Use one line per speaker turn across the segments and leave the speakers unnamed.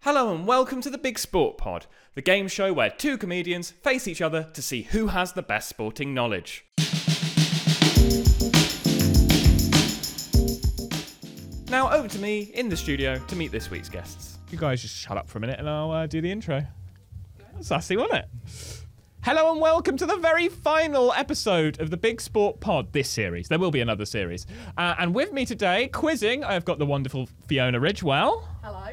Hello and welcome to the Big Sport Pod, the game show where two comedians face each other to see who has the best sporting knowledge. Now over to me in the studio to meet this week's guests. You guys just shut up for a minute and I'll uh, do the intro. That's sassy, wasn't it? Hello and welcome to the very final episode of the Big Sport Pod, this series. There will be another series. Uh, and with me today, quizzing, I've got the wonderful Fiona Ridgewell
Hello.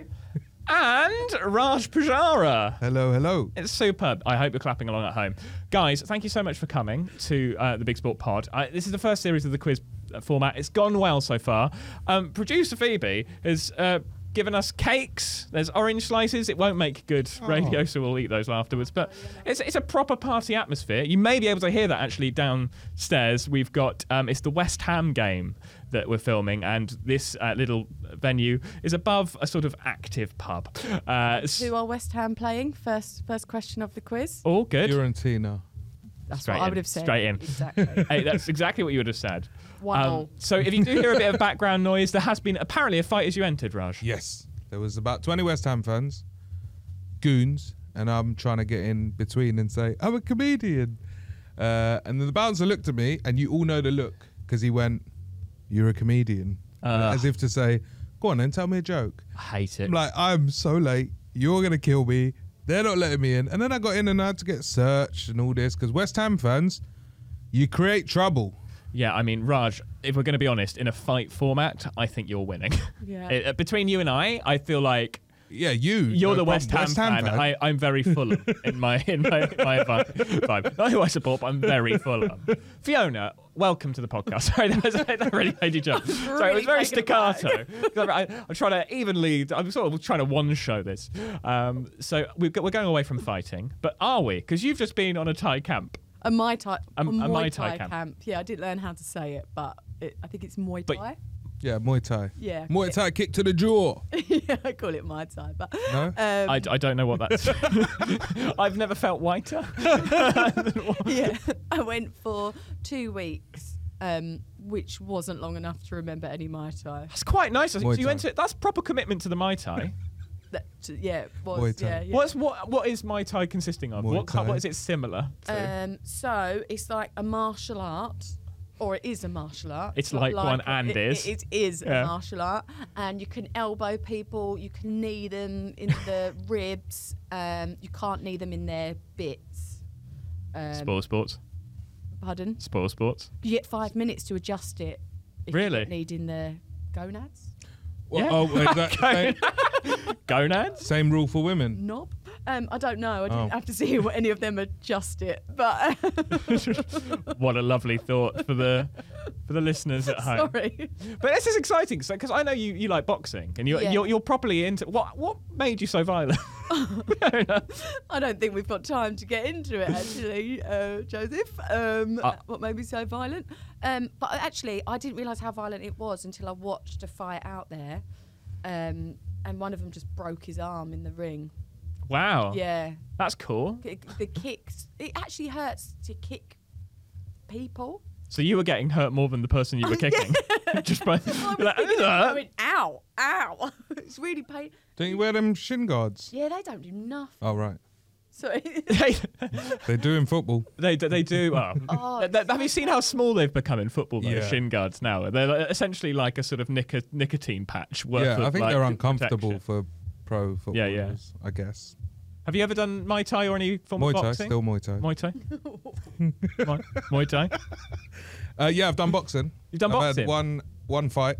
and Raj Pujara.
Hello, hello.
It's superb. I hope you're clapping along at home. Guys, thank you so much for coming to uh, the Big Sport Pod. I, this is the first series of the quiz uh, format. It's gone well so far. Um, Producer Phoebe has uh, given us cakes. There's orange slices. It won't make good radio, so we'll eat those afterwards. But it's, it's a proper party atmosphere. You may be able to hear that actually downstairs. We've got um, it's the West Ham game that we're filming, and this uh, little venue is above a sort of active pub. Uh, s-
Who are West Ham playing? First, first question of the quiz.
all good.
Fiorentina.
That's
Straight
what I
in,
would have said.
straight in.
Exactly.
hey, that's exactly what you would have said. Um,
One all.
so if you do hear a bit of background noise, there has been apparently a fight as you entered, Raj.
Yes, there was about 20 West Ham fans, goons, and I'm trying to get in between and say, I'm a comedian. Uh, and then the bouncer looked at me, and you all know the look, because he went, You're a comedian.
Ah.
As if to say, Go on and tell me a joke.
I hate it.
I'm like, I'm so late. You're going to kill me. They're not letting me in. And then I got in and I had to get searched and all this, because West Ham fans, you create trouble.
yeah, I mean, Raj, if we're going to be honest, in a fight format, I think you're winning.
Yeah.
Uh, between you and I, I feel like
Yeah, you.
you're
no
the
problem.
West Ham, fan. I, I'm very Fulham in my in my, my vi- vibe. Not who I support, but I'm very Fulham. Fiona, welcome to the podcast. Sorry, that, was, that really made you jump. Sorry, it was
really
very
taken aback.
staccato. I, am trying to evenly. I'm sort of trying to one show this. Um, so we've got, we're going away from fighting, but are we? Because you've just been on a Thai camp.
a Mai Tai.
A-
A,
a
Muay
Muay Thai
Thai,
camp.
camp. Yeah, I didn't learn how to say it, but it, I think it's Muay
But-
Thai.
Yeah, Muay Thai.
Yeah.
Muay Thai kick to the jaw.
yeah, I call it Muay Thai, but
No?
um,
I, I don't know what that's. I've never felt whiter.
yeah, I went for two weeks, um, which wasn't long enough to remember any Muay Thai.
That's quite nice. So
Muay
you
Thai.
went to that's proper commitment to the Mai Tai.
That, yeah, it was
Muay Thai.
yeah, yeah.
What's what? What is Mai Tai consisting of?
Muay
What ki-
Thai.
what is it similar? to?
Um, so it's like a martial art, or it is a martial art.
It's
not
like one and
it,
is.
It, it is
Yeah.
a martial art, and you can elbow people, you can knee them in the ribs. Um, you can't knee them in their bits. Um,
Sport sports.
Pardon.
Sport sports.
You get five minutes to adjust it. If
Really?
You need in the gonads.
Well,
Yeah.
Oh, wait, that same,
Gonads.
same rule for women.
Knob? Um, I don't know. I didn't
Oh.
have to see what any of them adjust it, but
what a lovely thought for the for the listeners at home.
sorry.
But this is exciting because I know you, you like boxing and you're,
Yeah.
you're you're properly into what what made you so violent?
I don't think we've got time to get into it, actually, uh, Joseph. Um,
Uh,
what made me so violent? Um, but I- actually, I didn't realise how violent it was until I watched a fight out there, um, and one of them just broke his arm in the ring.
wow.
Yeah,
That's cool.
K- the kicks. It actually hurts to kick people.
So you were getting hurt more than the person you were kicking. Just by
I was
you're like,
thinking,
"Ugh."
going, ow, ow. it's really pain.
Don't you wear them shin guards?
Yeah, they don't do nothing.
Oh, right.
Sorry.
they,
They do in football.
they do- they do. Oh.
Oh,
Th- th- have you seen how small they've become in football? Though,
Yeah.
Shin guards now. They're like, essentially like a sort of nico- nicotine patch. Worth
yeah,
of,
I think
like,
they're uncomfortable
protection.
for pro footballers,
Yeah, yeah.
I guess.
Have you ever done Muay Thai or any form
Muay
of
Thai,
boxing?
still Muay Thai.
Muay Thai. Muay, Muay Thai.
uh, yeah, I've done boxing.
You've done
I've
boxing?
Had one, one fight.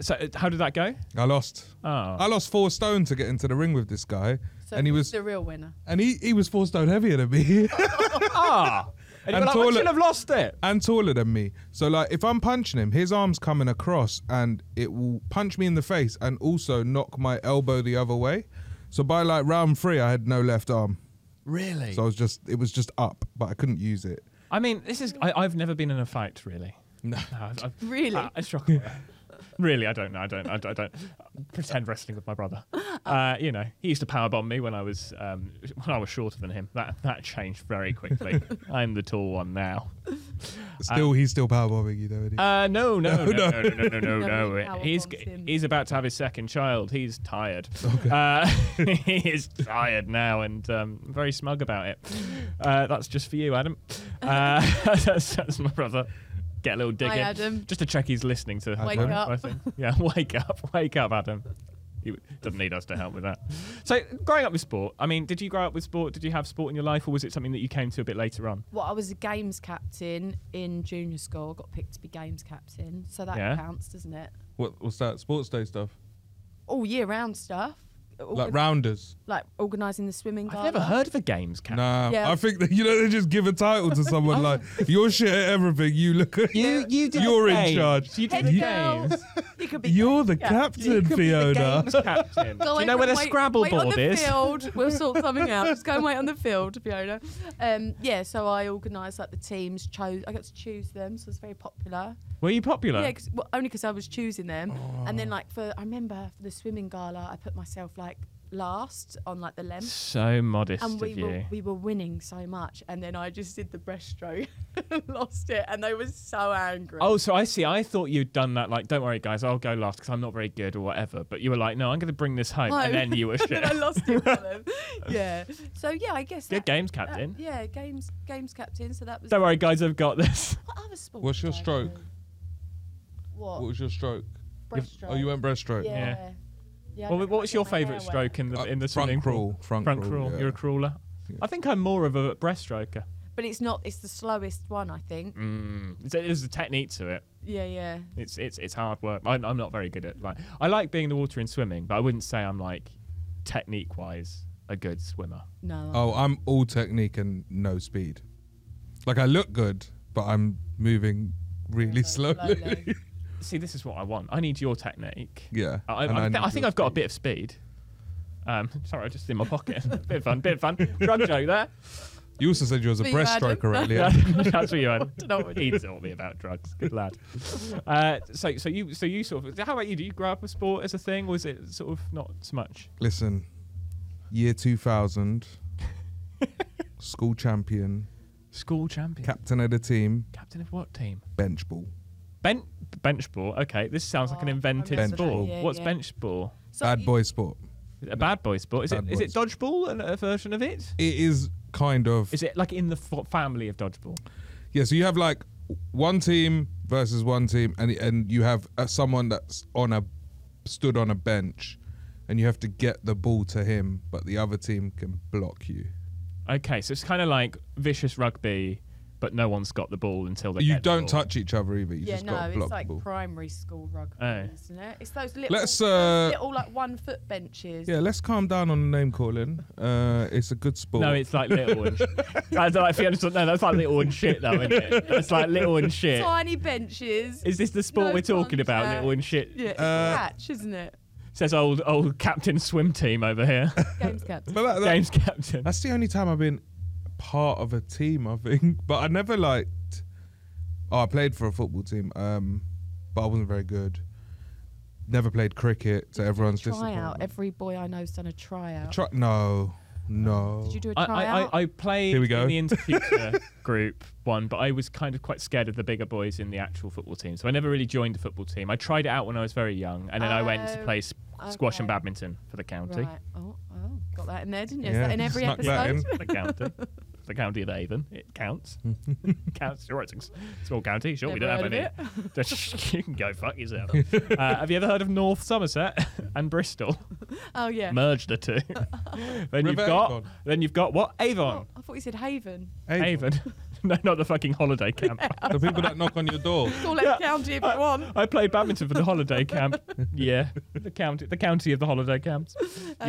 So uh, how did that go?
I lost.
Oh.
I lost four stone to get into the ring with this guy.
So
and he was
the real winner.
and he, he was four stone heavier than me.
ah. And, you
And
were like, I
toilet-
should have lost it.
and taller than me. So like if I'm punching him, his arm's coming across and it will punch me in the face and also knock my elbow the other way. So by like round three I had no left arm.
Really?
So I was just it was just up, but I couldn't use it.
I mean, this is. I, I've never been in a fight, really.
No.
I've, I've-
Really?
I, I struggle. with that. Ah, really, I don't know. I don't. I, don't- I don't pretend wrestling with my brother. Uh, you know, he used to powerbomb me when I was um, when I was shorter than him. That that changed very quickly. I'm the tall one now.
Still, he's still power bombing you, though. Isn't he?
Uh, no, no, no, no, no, no, no, no.
Nobody
no.
power
He's
bombs him.
he's about to have his second child. He's tired. Uh, he is tired now and um, very smug about it. Uh, that's just for you, Adam. Uh, that's, that's my brother. Get a little dig
Hi,
in.
Adam.
Just to check he's listening to.
Wake
both-
up.
both things. Yeah, wake up, wake up, Adam. He doesn't need us to help with that. So, growing up with sport, I mean, did you grow up with sport? Did you have sport in your life, or was it something that you came to a bit later on?
Well, I was a games captain in junior school. I got picked to be games captain, so that
Yeah.
counts, doesn't it?
What, what's that? Sports day stuff?
All year round stuff, Orga-
Like rounders?
like organising the swimming.
I've never
gala.
heard of a games captain.
Nah,
Yeah.
I think that, you know they just give a title to someone like you're shit at everything. You look at
You, you did.
You're
the
in
games.
charge.
You did
Head
the
girl.
games.
You could be.
You're the
yeah.
You
captain,
could be the
Fiona.
games captain. Do
Go
you
away
know
from-
where the
wait-
Scrabble
wait on
board
the
is?
Field. We'll sort something out. Just go and wait on the field, Fiona. Um, yeah, so I organised like the teams. Chose I got to choose them, so it's very popular.
Were you popular?
Yeah, cause, well, only because I was choosing them. And
Mm.
then like for I remember for the swimming gala, I put myself like last on like the length.
so modest
and we
of you.
were we were winning so much, and then I just did the breaststroke, and lost it, and they were so angry.
Oh, so I see. I thought you'd done that. Like, don't worry, guys, I'll go last because I'm not very good or whatever. But you were like, no, I'm going to bring this home, and
Home.
then you were
and
shit.
then I lost it for them. Yeah. So yeah, I guess.
Good
that-
games
that-
captain.
yeah, games games captain. So that was.
Don't worry, guys, I've got this.
What other sport?
What's your
did I
stroke?
do?
What
What?
was your stroke?
breaststroke.
Oh, you went breaststroke.
Yeah. yeah. I
Well,
don't know, I
what's
did
your
my hair
favourite
wet.
stroke in the
Uh,
in the
front
swimming pool?
crawl, front
Front
crawl,
crawl.
yeah.
You're a crawler.
Yeah.
I think I'm more of a breaststroker.
But it's not. It's the slowest one, I think.
Mm. It's- There's a technique to it.
Yeah, yeah.
It's it's it's hard work. I'm, I'm not very good at like I like being in the water and swimming, but I wouldn't say I'm like technique wise a good swimmer.
No.
Oh, I'm all technique and no speed. Like I look good, but I'm moving really slowly.
slowly.
See, this is what I want. I need your technique.
yeah.
I, I,
and
I,
need
thi- I think
your
I've got a
speed.
bit of speed. Um, sorry, I just in my pocket. bit of fun, bit of fun. Drug joke there.
You also said you was a
For you, Adam.
breaststroker earlier.
Yeah, that's what you had.
know what
He taught me about drugs. Good lad. Uh, so, so you, so you sort of. How about you? Do you grow up with sport as a thing, or was it sort of not so much?
Listen, year 2000, school champion,
School champion,
captain of the team,
captain of what team?
bench ball.
Bench bench ball. Okay, this sounds like an
Oh, I
invented
remember
sport.
that, yeah,
What's
yeah.
bench ball?
So
Bad
you-
boy sport.
A bad boy sport. Is it?
Bad
Is it
boys.
dodgeball? an- A version of it?
It is kind of
Is it like in the f- family of dodgeball?
yeah. So you have like one team versus one team, and and you have uh, someone that's on a stood on a bench, and you have to get the ball to him, but the other team can block you.
Okay, so it's kind of like vicious rugby, but no one's got the ball until they.
you
get the
don't
ball.
touch each other either. You
yeah,
just
no,
got to block
it's like
the ball.
primary school rugby,
Oh.
isn't it? It's those little,
Let's uh
little like one foot benches.
yeah, let's calm down on the name calling. Uh, it's a good sport.
No, it's like little and. Sh- that's like Fiona. No, that's like little and shit, though, isn't it? That's like little and shit.
Tiny benches.
Is this the sport
No
we're talking about?
contact.
Little and shit.
yeah, it's
Uh,
a catch, isn't it?
Says old old captain swim team over here.
Games captain.
But that- that-
James captain.
That's the only time I've been part of a team, I think. But I never liked. Oh, I played for a football team, um, but I wasn't very good. Never played cricket to everyone's
Tryout.
disappointment.
Every boy I know's done a tryout.
Try- no, no.
Did you do a
I, I,
tryout?
I- I played
Here we go.
in the interfuture group one, but I was kind of quite scared of the bigger boys in the actual football team. So I never really joined the football team. I tried it out when I was very young, and then I went to
Oh,
play s- squash and
okay.
badminton for the county.
Right. Oh, oh, got that in there, didn't you? Is
Yeah,
that in every
snuck that
episode?
The county. The county of Avon. It counts. counts. You're right. It's a small county. Sure, we don't
Never
have any.
heard
you can go fuck yourself. uh, have you ever heard of North Somerset and Bristol?
Oh yeah.
Merge the two. then you've
River
got.
Avon.
Then you've got what? Avon.
Oh, I thought you said Haven.
Hey,
Avon. no, not the fucking holiday camp.
the people that knock on your door.
It's all
Yeah.
left county if you want.
I played badminton for the holiday camp. Yeah, the county, the county of the holiday camps.
Okay,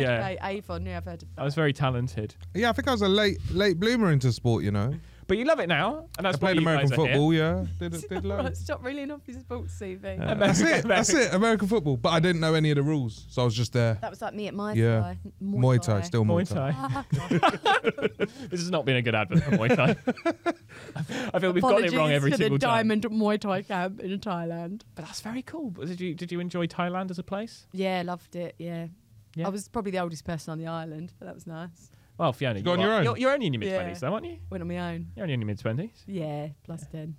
Yeah,
Avon. Yeah, I've heard of that.
I was very talented,
Yeah, I think I was a late late bloomer into sport. You know,
but you love it now, and that's
I played
what you
American
guys are here.
football. Yeah, did did loads.
Stop reeling off your sports CV.
Uh,
That's it. That's it. American football. But I didn't know any of the rules, so I was just there.
that was like me at my
Yeah.
Thai.
Muay Thai, still
Muay
Muay Thai.
Thai. this has not been a good advert for Muay Thai. I feel we've got it wrong
Apologies
every
to
single
the
time.
Diamond Muay Thai camp in Thailand.
But that's very cool. But Did you did you enjoy Thailand as a place?
Yeah, loved it. Yeah.
Yeah.
I was probably the oldest person on the island, but that was nice.
Well, Fiona,
You
you
go on
are-
your own?
You're, you're only in your mid
Yeah.
twenties, though, aren't you?
Went on my own.
You're only in your mid twenties.
Yeah, plus 10.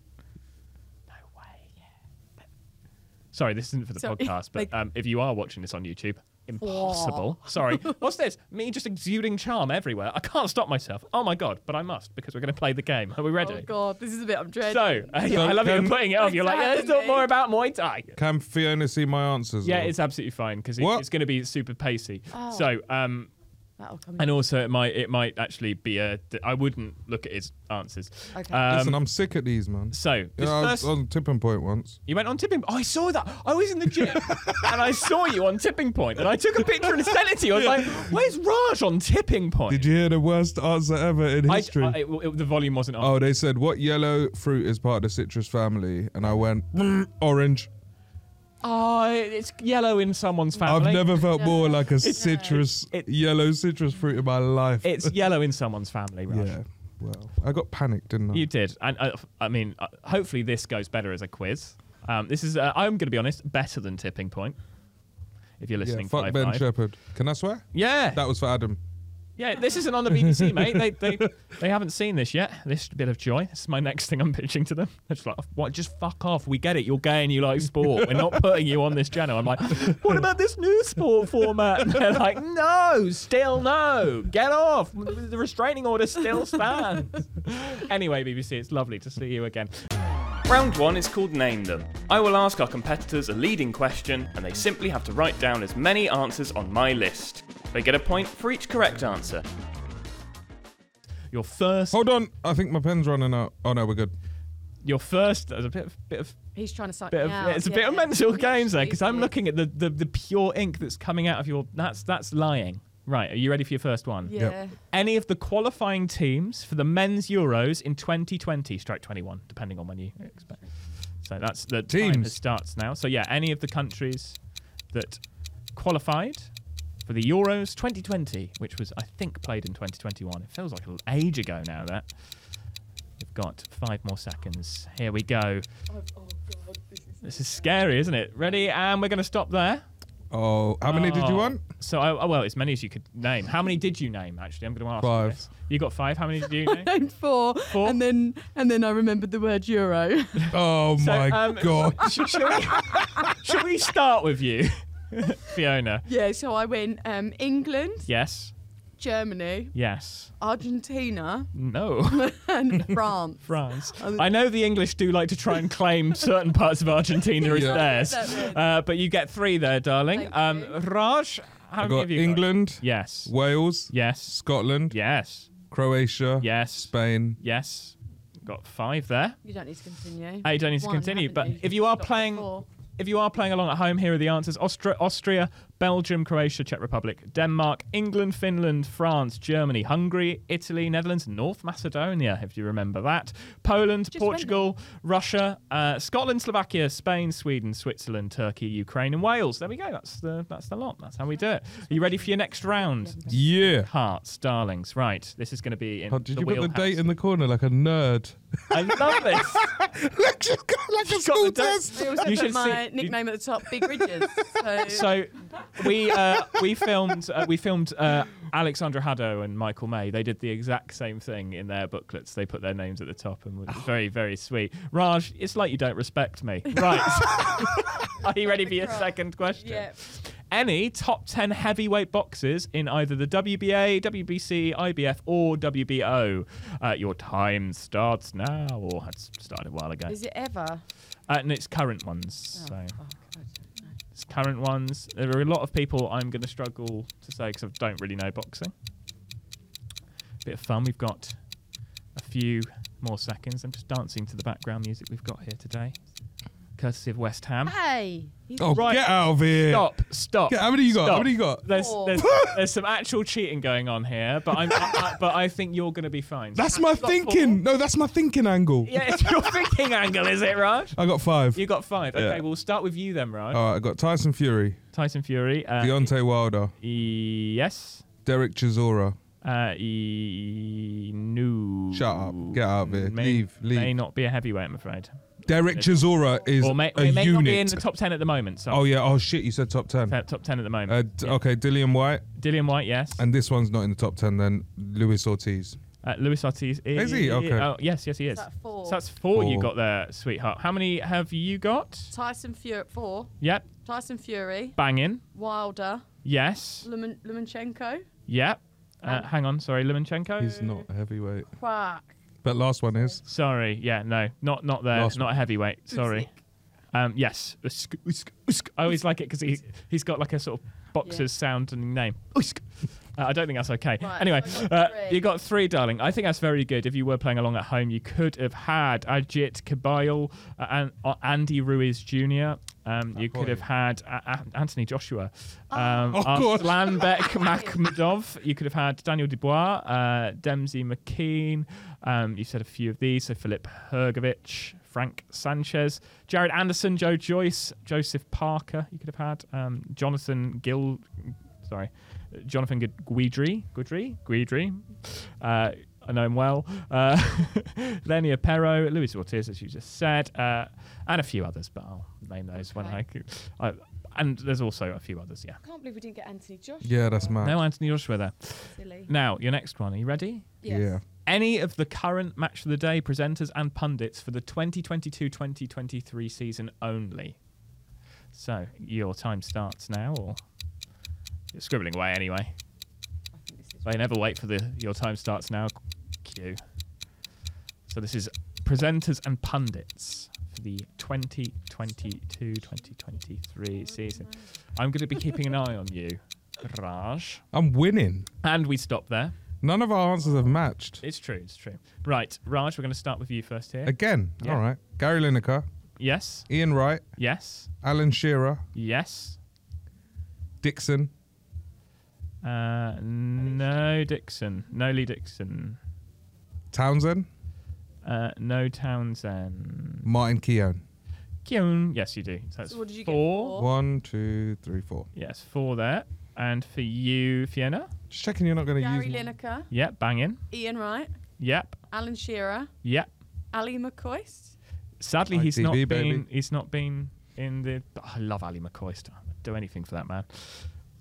Sorry, this isn't for the
Sorry.
podcast, but
Like-
um, if you are watching this on YouTube, impossible. Sorry. What's this? Me just exuding charm everywhere. I can't stop myself. Oh my god, but I must because we're going to play the game. Are we ready?
Oh god, this is a bit I'm dreading.
So, I- I love you
Don't-
putting it off. You're like, let's talk
Exactly.
more about Muay Thai.
Can Fiona see my answers?
Yeah,
or-
it's absolutely fine because it,
What?
it's going to be super pacey.
Oh.
So, um,
That'll come
and
in.
also it might it might actually be a. d- I wouldn't look at his answers.
Okay.
Um,
Listen, I'm sick at these, man.
so this
Yeah, I was
first,
on tipping point once.
you went on tipping. Oh, I saw that. I was in the gym and I saw you on tipping point, and I took a picture and sent it to you. I was like, "Where's Raj on tipping point?"
Did you hear the worst answer ever in
I,
history?
I- it- it- the volume wasn't on.
oh, they said what yellow fruit is part of the citrus family, and I went "Mm, orange.
Oh, it's yellow in someone's family.
I've never felt
No.
more like a citrus
it-
yellow citrus fruit in my life.
It's yellow in someone's family, Raj.
yeah. Well, I got panicked, didn't I?
You did, and uh, I mean, uh, hopefully this goes better as a quiz. Um, this is, uh, I'm going to be honest, better than tipping point. If you're
yeah,
listening,
fuck
five
Ben
five.
Shepherd. Can I swear?
Yeah,
That was for Adam.
yeah. This isn't on the BBC, mate. They, they they haven't seen this yet. This bit of joy. This is my next thing I'm pitching to them. It's like, what? Just fuck off. We get it. You're gay and you like sport. We're not putting you on this channel. I'm like, what about this new sport format? And they're like, no, still no. Get off. The restraining order still stands. anyway, BBC, it's lovely to see you again. Round one is called Name Them. I will ask our competitors a leading question, and they simply have to write down as many answers on my list. They get a point for each correct answer. Your first,
Hold on. I think my pen's running out. Oh no, we're good.
your first. There's a bit of, bit of,
He's trying to suck
bit
me
of
out.
it's a
yeah.
bit of mental games there because I'm
Yeah.
looking at the, the the pure ink that's coming out of your. That's that's lying. Right, are you ready for your first one?
Yeah.
Yep.
Any of the qualifying teams for the men's Euros in 2020, strike 21, depending on when you expect. So that's the time
Teams.
that starts now. So yeah, any of the countries that qualified for the Euros 2020, which was I think played in 2021. It feels like an age ago now. That we've got five more seconds. Here we go. Oh, This is scary, isn't it? Ready, and we're going to stop there.
Oh, how many did you
Oh.
want?
So, I, oh, well, as many as you could name. How many did you name? Actually, I'm going to ask. you
Five.
this. You got five. How many did you name?
Named four,
Four.
and then and then I remembered the word euro.
Oh
So,
my
um,
god.
should, should we, should we start with you, Fiona?
yeah, so I went um, England,
Yes.
Germany,
Yes.
Argentina,
No.
and France.
France.
Um,
I know the English do like to try and claim certain parts of Argentina as
Yeah.
theirs,
That is.
uh, but you get three there, darling.
Thank
Um,
you.
Raj, how
I
many have
got
you
England,
got? Yes.
Wales,
Yes.
Scotland,
Yes.
Croatia,
Yes.
Spain.
Yes. Got five there.
You don't need to continue.
I don't need to
One,
continue,
haven't
but if you are
Got
playing,
four.
if you are playing along at home, here are the answers: Austria, Austria, Belgium, Croatia, Czech Republic, Denmark, England, Finland, France, Germany, Hungary, Italy, Netherlands, North Macedonia, if you remember that, Poland,
Just
Portugal, Russia, uh, Scotland, Slovakia, Spain, Sweden, Switzerland, Turkey, Ukraine, and Wales. There we go. That's the that's the lot. That's how we do it. Are you ready for your next round?
Yeah.
Hearts, darlings. Right, this is going to be in.
Oh, did
the
you put the
wheelhouse.
date in the corner like a nerd?
I love this.
like a
She's got
school
the date.
test.
I also
You
put
should
my
see-
nickname at the top, Big Ridges. So,
So we uh, we filmed uh, we filmed uh, Alexandra Haddo and Michael May. They did the exact same thing in their booklets. They put their names at the top and was very very sweet. Raj, it's like you don't respect me. Right. Are you ready for your
Right.
second question?
yeah.
Any top 10 heavyweight boxers in either the WBA, WBC, IBF, or WBO? Uh, your time starts now, or had started a while ago.
Is it ever?
Uh, and it's current ones.
Oh,
So.
fuck, I don't know.
It's current ones. There are a lot of people I'm going to struggle to say because I don't really know boxing. Bit of fun. We've got a few more seconds. I'm just dancing to the background music we've got here today, courtesy of West Ham.
Hey, he's
Oh,
Right.
get out of here.
Stop! Stop!
Yeah, how many you got? How
Stop.
many you got?
There's,
Four.
there's, there's some actual cheating going on here, but I'm I, I- but I think you're going to be fine.
That's my
You've got
thinking. No, that's my thinking angle.
four. Yeah, it's your thinking angle, is it, Raj?
I got five.
You got five. Okay,
Yeah. Oh.
we'll start with you then, Raj.
All right, I got Tyson Fury,
Tyson Fury. Uh,
Deontay Wilder,
e- yes.
Derek Chisora.
Uh, e- no.
Shut up. Get out of here.
May,
Leave, leave.
May not be a heavyweight, I'm afraid.
Derek Chisora is
Or may,
a
may
unit.
not be in the top 10 at the moment. So
oh yeah. Oh uh, shit, you said top ten.
T- top 10 at the moment.
Uh, d- Okay, Dillian White,
Dillian White, yes.
and this one's not in the top ten. Then Luis Ortiz.
Uh, Luis Ortiz is.
Is he? Okay.
Oh, yes, yes, he is.
Is that four?
So that's four, you
Four.
got there, sweetheart. How many have you got?
Tyson Fury at four.
Yep.
Tyson Fury,
Banging.
Wilder,
Yes.
Lumen, Lumenchenko.
Yep. Uh,
Um,
hang on. Sorry, Limenchenko.
He's not a heavyweight.
Fuck.
But last one is.
Sorry. Yeah. No. Not not there.
Last
not a heavyweight. Sorry. Um. Yes. Usk, usk, usk. I always like it because he he's got like a sort of boxer's sounding name. Usk. Uh, I don't think that's okay.
Right,
anyway,
so I got
uh,
three.
you got three, darling. I think that's very good. If you were playing along at home, you could have had Ajit Kabayal uh, and uh, Andy Ruiz Jr. Um, you
boy.
could have had uh, uh, Anthony Joshua, um,
Oh. Of course.
Arslan Beck Makhmudov. You could have had Daniel Dubois, uh, Demzi McKean. Um, you said a few of these. So Philip Hergovich, Frank Sanchez, Jared Anderson, Joe Joyce, Joseph Parker. You could have had um, Jonathan Gill. Sorry, Jonathan Gu- Guidry. Guidry. Guidry. Uh, I know him well. Uh, Lenny Apero, Luis Ortiz, as you just said, uh, and a few others, but I'll name those when
Okay.
I, c- I. And there's also a few others, yeah.
I can't believe we didn't get Anthony Joshua.
Yeah, that's mad.
No Anthony Joshua there.
Silly.
Now, your next one. Are you ready?
Yes.
Yeah.
Any of the current Match of the Day presenters and pundits for the 2022 2023 season only. So, your time starts now, or. You're scribbling away anyway.
I think this is
They never wait for the your time starts now cue. So, this is presenters and pundits for the 2022 2023 season. I'm going to be keeping an eye on you, Raj.
I'm winning.
And we stop there.
None of our answers have matched.
It's true. It's true. Right, Raj, we're going to start with you first here.
Again.
Yeah.
All right. Gary Lineker,
yes,
Ian Wright,
yes,
Alan Shearer,
yes.
Dixon,
Uh, no Dixon. No Lee Dixon.
Townsend,
Uh, no Townsend.
Martin Keown.
Kyun. Yes, you do. So that's
So what did you get?
four.
Four?
One, two, three, four.
Yes, four there. And for you, Fiona.
Just checking you're not going to use
Gary Lineker,
Yep, banging.
Ian Wright,
Yep,
Alan Shearer,
yep.
Ali McCoist.
Sadly, he's
ITV,
not been.
baby.
He's not been in the. I love Ali McCoy. I'd do anything for that man.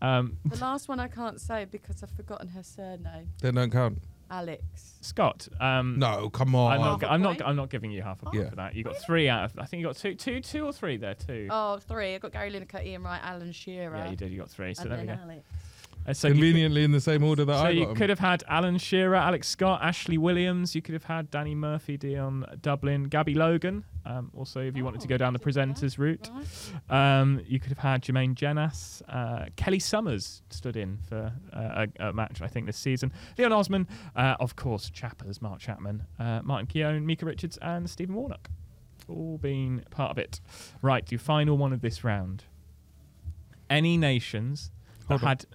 Um,
The last one I can't say because I've forgotten her surname.
Then don't count.
Alex.
Scott. Um,
No, come on.
I'm not.
Half a
I'm not.
point?
I'm not giving you
Oh.
half a point
Yeah.
for that. You got three out of. I think you got two, two, two or three there too.
Oh, three. I got Gary Lineker, Ian Wright, Alan Shearer.
yeah, you did. You got three. So
and
there we
then
go.
Alex.
Uh, so You
Conveniently in the same order that
could, so
I
you
got 'em.
could have had Alan Shearer, Alex Scott, Ashley Williams. You could have had Danny Murphy, Dion Dublin, Gabby Logan. Um, also, if you wanted to
Oh,
go down the
didn't know that.
presenters route,
Right.
um, you could have had Jermaine Jenas, uh, Kelly Summers stood in for uh, a, a match I think this season. Leon Osman, uh, of course, Chappers, Mark Chapman, uh, Martin Keown, Mika Richards, and Stephen Warnock. All been part of it. Right, your final one of this round. Any nations
Hold
that
on.
had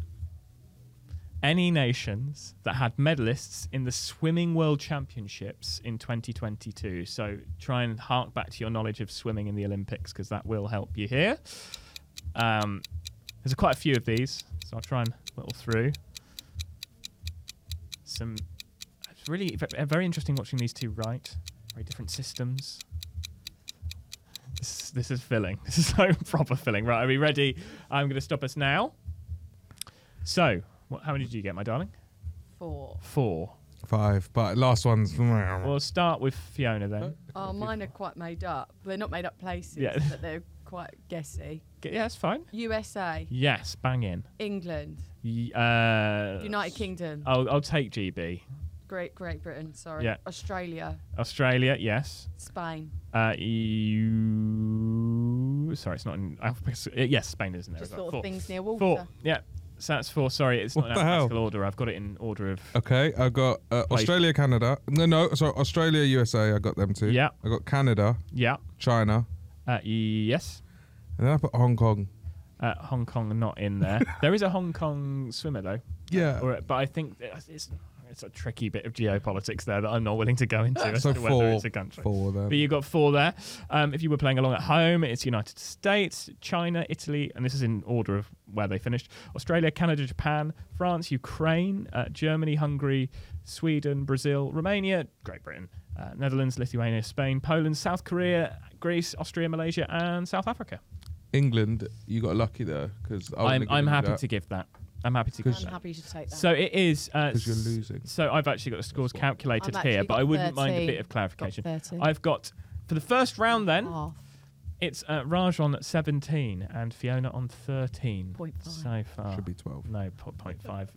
any nations that had medalists in the swimming world championships in 2022 so try and hark back to your knowledge of swimming in the olympics because that will help you here um, there's quite a few of these so i'll try and whittle through some it's really ve- uh, very interesting watching these two write very different systems this, this is filling this is so proper filling right are we ready i'm going to stop us now so, what, how many did you get, my darling?
Four.
Four.
Five, but last one's.
We'll start with Fiona then.
Oh, mine are quite made up. They're not made up places,
Yeah.
but they're quite guessy.
G- Yeah, that's fine.
USA,
Yes, bang in.
England,
Y- Uh,
United Kingdom,
I'll, I'll take GB.
Great Great Britain, sorry,
Yeah.
Australia,
Australia, yes.
Spain.
Uh, EU. Sorry, it's not in alphabetical. uh, Yes, Spain isn't there.
Just
as well.
sort
Four.
of things near water.
Four. Yeah, so that's four. Sorry, it's
What
not in
the hell? Oh.
alphabetical order. I've got it in order of.
Okay, I got uh,
Place.
Australia, Canada. No, no, sorry, Australia, USA. I got them too.
Yeah.
I got Canada,
Yeah.
China,
Uh, yes.
and then I put Hong Kong.
Uh, Hong Kong not in there. there is a Hong Kong swimmer though. Uh,
Yeah.
Or, but I think it's, it's it's a tricky bit of geopolitics there that I'm not willing to go into as
So
to whether
four,
it's a country.
four then.
But you got four there. Um, if you were playing along at home, it's United States, China, Italy, and this is in order of where they finished: Australia, Canada, Japan, France, Ukraine, uh, Germany, Hungary, Sweden, Brazil, Romania, Great Britain, uh, Netherlands, Lithuania, Spain, Poland, South Korea, Greece, Austria, Malaysia, and South Africa.
England, you got lucky there because
I'm, I'm happy to give that. I'm happy to.
'Cause-
I'm happy to take that.
So it is. Uh,
'Cause you're losing.
So I've actually got the scores
That's
calculated
I've
here,
actually
but
got
I wouldn't mind a
30.
bit of
got Oh. Ah.
clarification.
30.
I've got for the first round. Then
Half.
it's uh, Raj on 17 and Fiona on 13
Point five.
so far.
Should be 12.
no po- point five.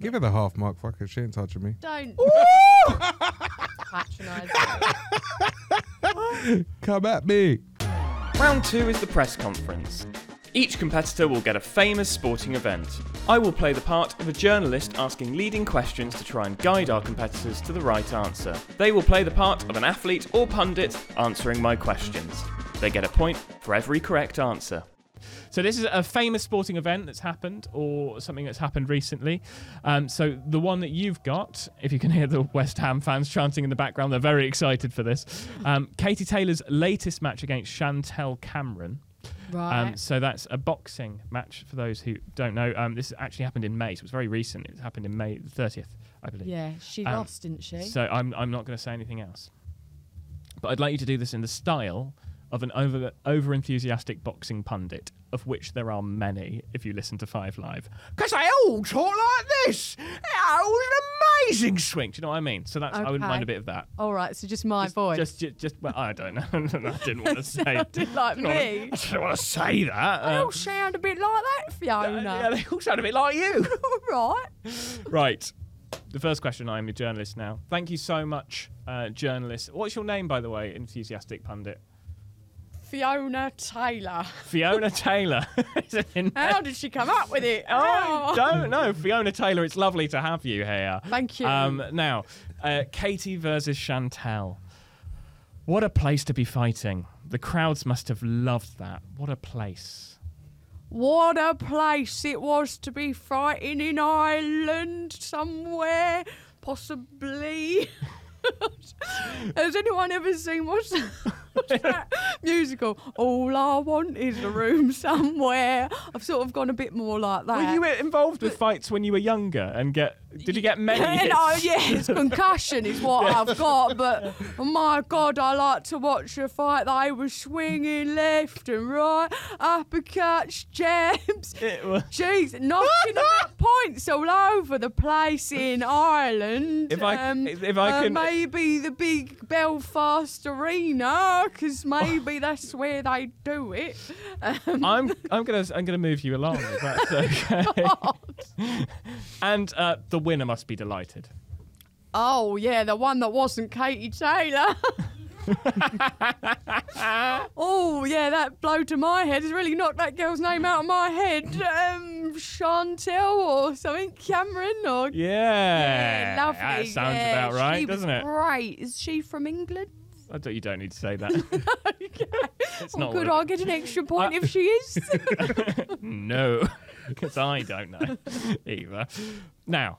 Give her the half mark, fucker. She ain't touching me.
Don't patronise.
Come at me.
Round two is the press conference. Each competitor will get a famous sporting event. I will play the part of a journalist asking leading questions to try and guide our competitors to the right answer. They will play the part of an athlete or pundit answering my questions. They get a point for every correct answer.
So this is a famous sporting event that's happened, or something that's happened recently. Um, so the one that you've got, if you can hear the West Ham fans chanting in the background, they're very excited for this. Um, Katie Taylor's latest match against Chantel Cameron.
Right.
Um, so that's a boxing match for those who don't know. Um, this actually happened in May, so it's very recent. It happened in May the 30th, I believe.
yeah, she
um,
lost, didn't she?
So I'm, I'm not going to say anything else. But I'd like you to do this in the style of an over over enthusiastic boxing pundit, of which there are many if you listen to Five Live. Because they all talk like this. That was an amazing swing. Do you know what I mean? So that's I wouldn't mind a
Okay.
bit of that.
All right. So just my
just,
voice.
Just, just, just, well, I don't know. I didn't want to say.
Sounded like
Didn't wanna-
me.
I didn't want to say that.
They
Um,
all sound a bit like that, Fiona.
yeah, they all sound a bit like you.
all right.
Right. The first question. I'm a journalist now. Thank you so much, uh, journalist. What's your name, by the way, enthusiastic pundit?
Fiona Taylor.
Fiona Taylor. Is it in there?
How did she come up with it?
I
Oh,
don't know, Fiona Taylor. It's lovely to have you here.
Thank you.
Um, now, uh, Katie versus Chantel. What a place to be fighting. The crowds must have loved that. What a place.
What a place it was to be fighting in Ireland somewhere, possibly. Has anyone ever seen what's that, what's that musical? All I want is a room somewhere. I've sort of gone a bit more like that.
Were you involved with fights when you were younger? And get did you get many?
Yeah,
hits?
no, oh, yeah, it's concussion is what I've got, but oh my God, I like to watch a fight. They were swinging left and right, uppercuts, jabs.
It was-
Jeez, knocking about points all over the place in Ireland.
If I- if I
uh,
can-
maybe the big Belfast arena, because maybe that's where they do it. Um,
I'm I'm gonna I'm gonna move you along. If that's okay.
Oh,
and uh, the winner must be delighted.
Oh yeah, the one that wasn't Katie Taylor. oh yeah, that blow to my head has really knocked that girl's name out of my head. Um, Chantel or something, Cameron or
Yeah,
lovely.
That sounds
yeah.
about right,
she was
doesn't it?
Great. Is she from England?
I don't, you don't need to say that. It's
Oh,
not
could
what
I get an extra point
I-
if she is?
it- no, because I don't know either. Now,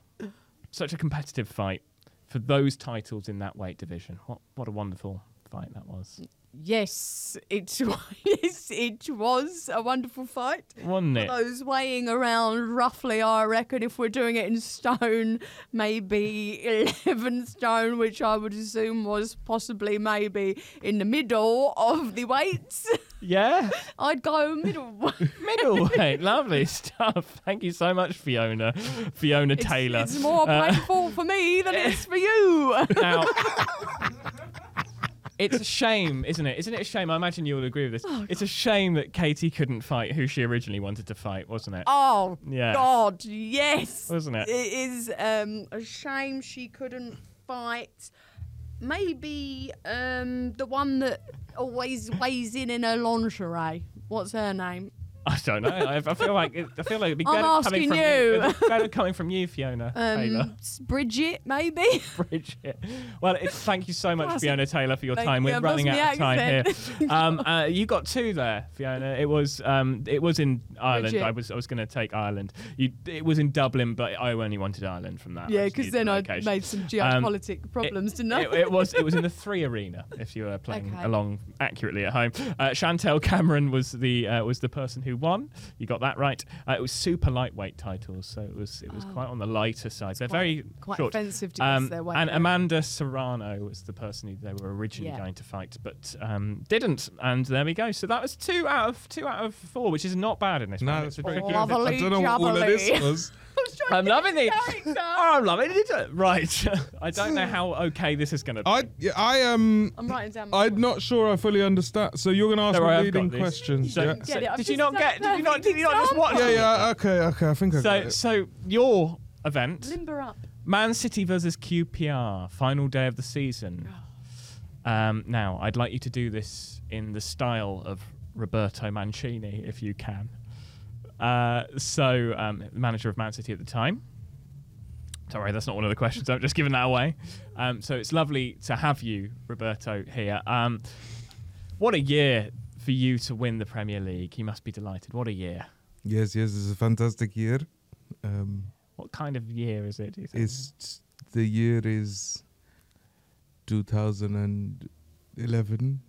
such a competitive fight for those titles in that weight division. What what a wonderful fight that was.
yes, it yes, it was a wonderful fight.
Wasn't it?
Those weighing around roughly, I reckon, if we're doing it in stone, maybe 11 stone, which I would assume was possibly maybe in the middle of the weights.
Yeah,
I'd go middle weight.
middle weight. Lovely stuff. Thank you so much, Fiona. Fiona
It's-
Taylor.
It's, more
Uh,
painful for me than it's for you.
Now, it's a shame, isn't it? Isn't it a shame? I imagine you'll agree with this.
Oh,
it's a shame that Katie couldn't fight who she originally wanted to fight, wasn't it?
Oh,
Yeah.
God, yes.
Wasn't it?
It is um, a shame she couldn't fight. Maybe um, the one that always weighs in in her lingerie. What's her name?
I don't know. I, I feel like it, I feel like it'd be
I'm
better coming
asking
from
you.
it'd be better coming from you, Fiona Taylor. Oh,
Um, s- Bridget, maybe.
Bridget. Well, it's, thank you so much,
Classic.
Fiona Taylor, for your
Thank
time.
you.
We're
That
running
was
out of
my
time here.
accent.
Um, uh, you got two there, Fiona. It was um, it was in Ireland.
Bridget.
I was I was going to take Ireland. You, it was in Dublin, but I only wanted Ireland from that. I
yeah,
just
because
needed
then
the
I
location.
made some
Um,
geopolitic problems, didn't I?
It, it was it was in the three arena. If you were playing
Okay.
along accurately at home, uh, Chantel Cameron was the uh, was the person who who won. You got that right. Uh, it was super lightweight titles, so it was it was
Oh.
quite on the lighter side. They're
quite-
very
Quite
short.
offensive to guess
Um,
their way.
and Amanda Serrano was the person who they were originally
Yeah.
going to fight, but um, didn't. And there we go. So that was two out of two out of four, which is not bad in this.
No,
round.
that's
It's pretty
pretty
good.
good. I don't know what all of
eh?
this
Lovely.
was.
I'm loving it.
character.
Oh, I'm loving it. Right. I don't know how okay this is going to be.
I yeah, I um
I'm writing down. my
I'm
points.
not sure I fully understand. So you're gonna ask
Don't
me
worry, I've
leading
got this.
questions.
So-
Yeah.
get it. I've
did you
just
not
done
get? Did you not? Did you not just
perfect
watch?
yeah, yeah, okay, okay. I think I got
So,
it.
so your event,
Limber up.
Man City versus QPR, final day of the season. Um, now, I'd like you to do this in the style of Roberto Mancini, if you can. Uh, so, um, manager of Man City at the time. Sorry, that's not one of the questions. I've just given that away. Um, so it's lovely to have you, Roberto, here. Um, what a year for you to win the Premier League. You must be delighted. What a year.
Yes, yes, it's a fantastic year. Um,
What kind of year is it? do you think?
it's the year is 2011,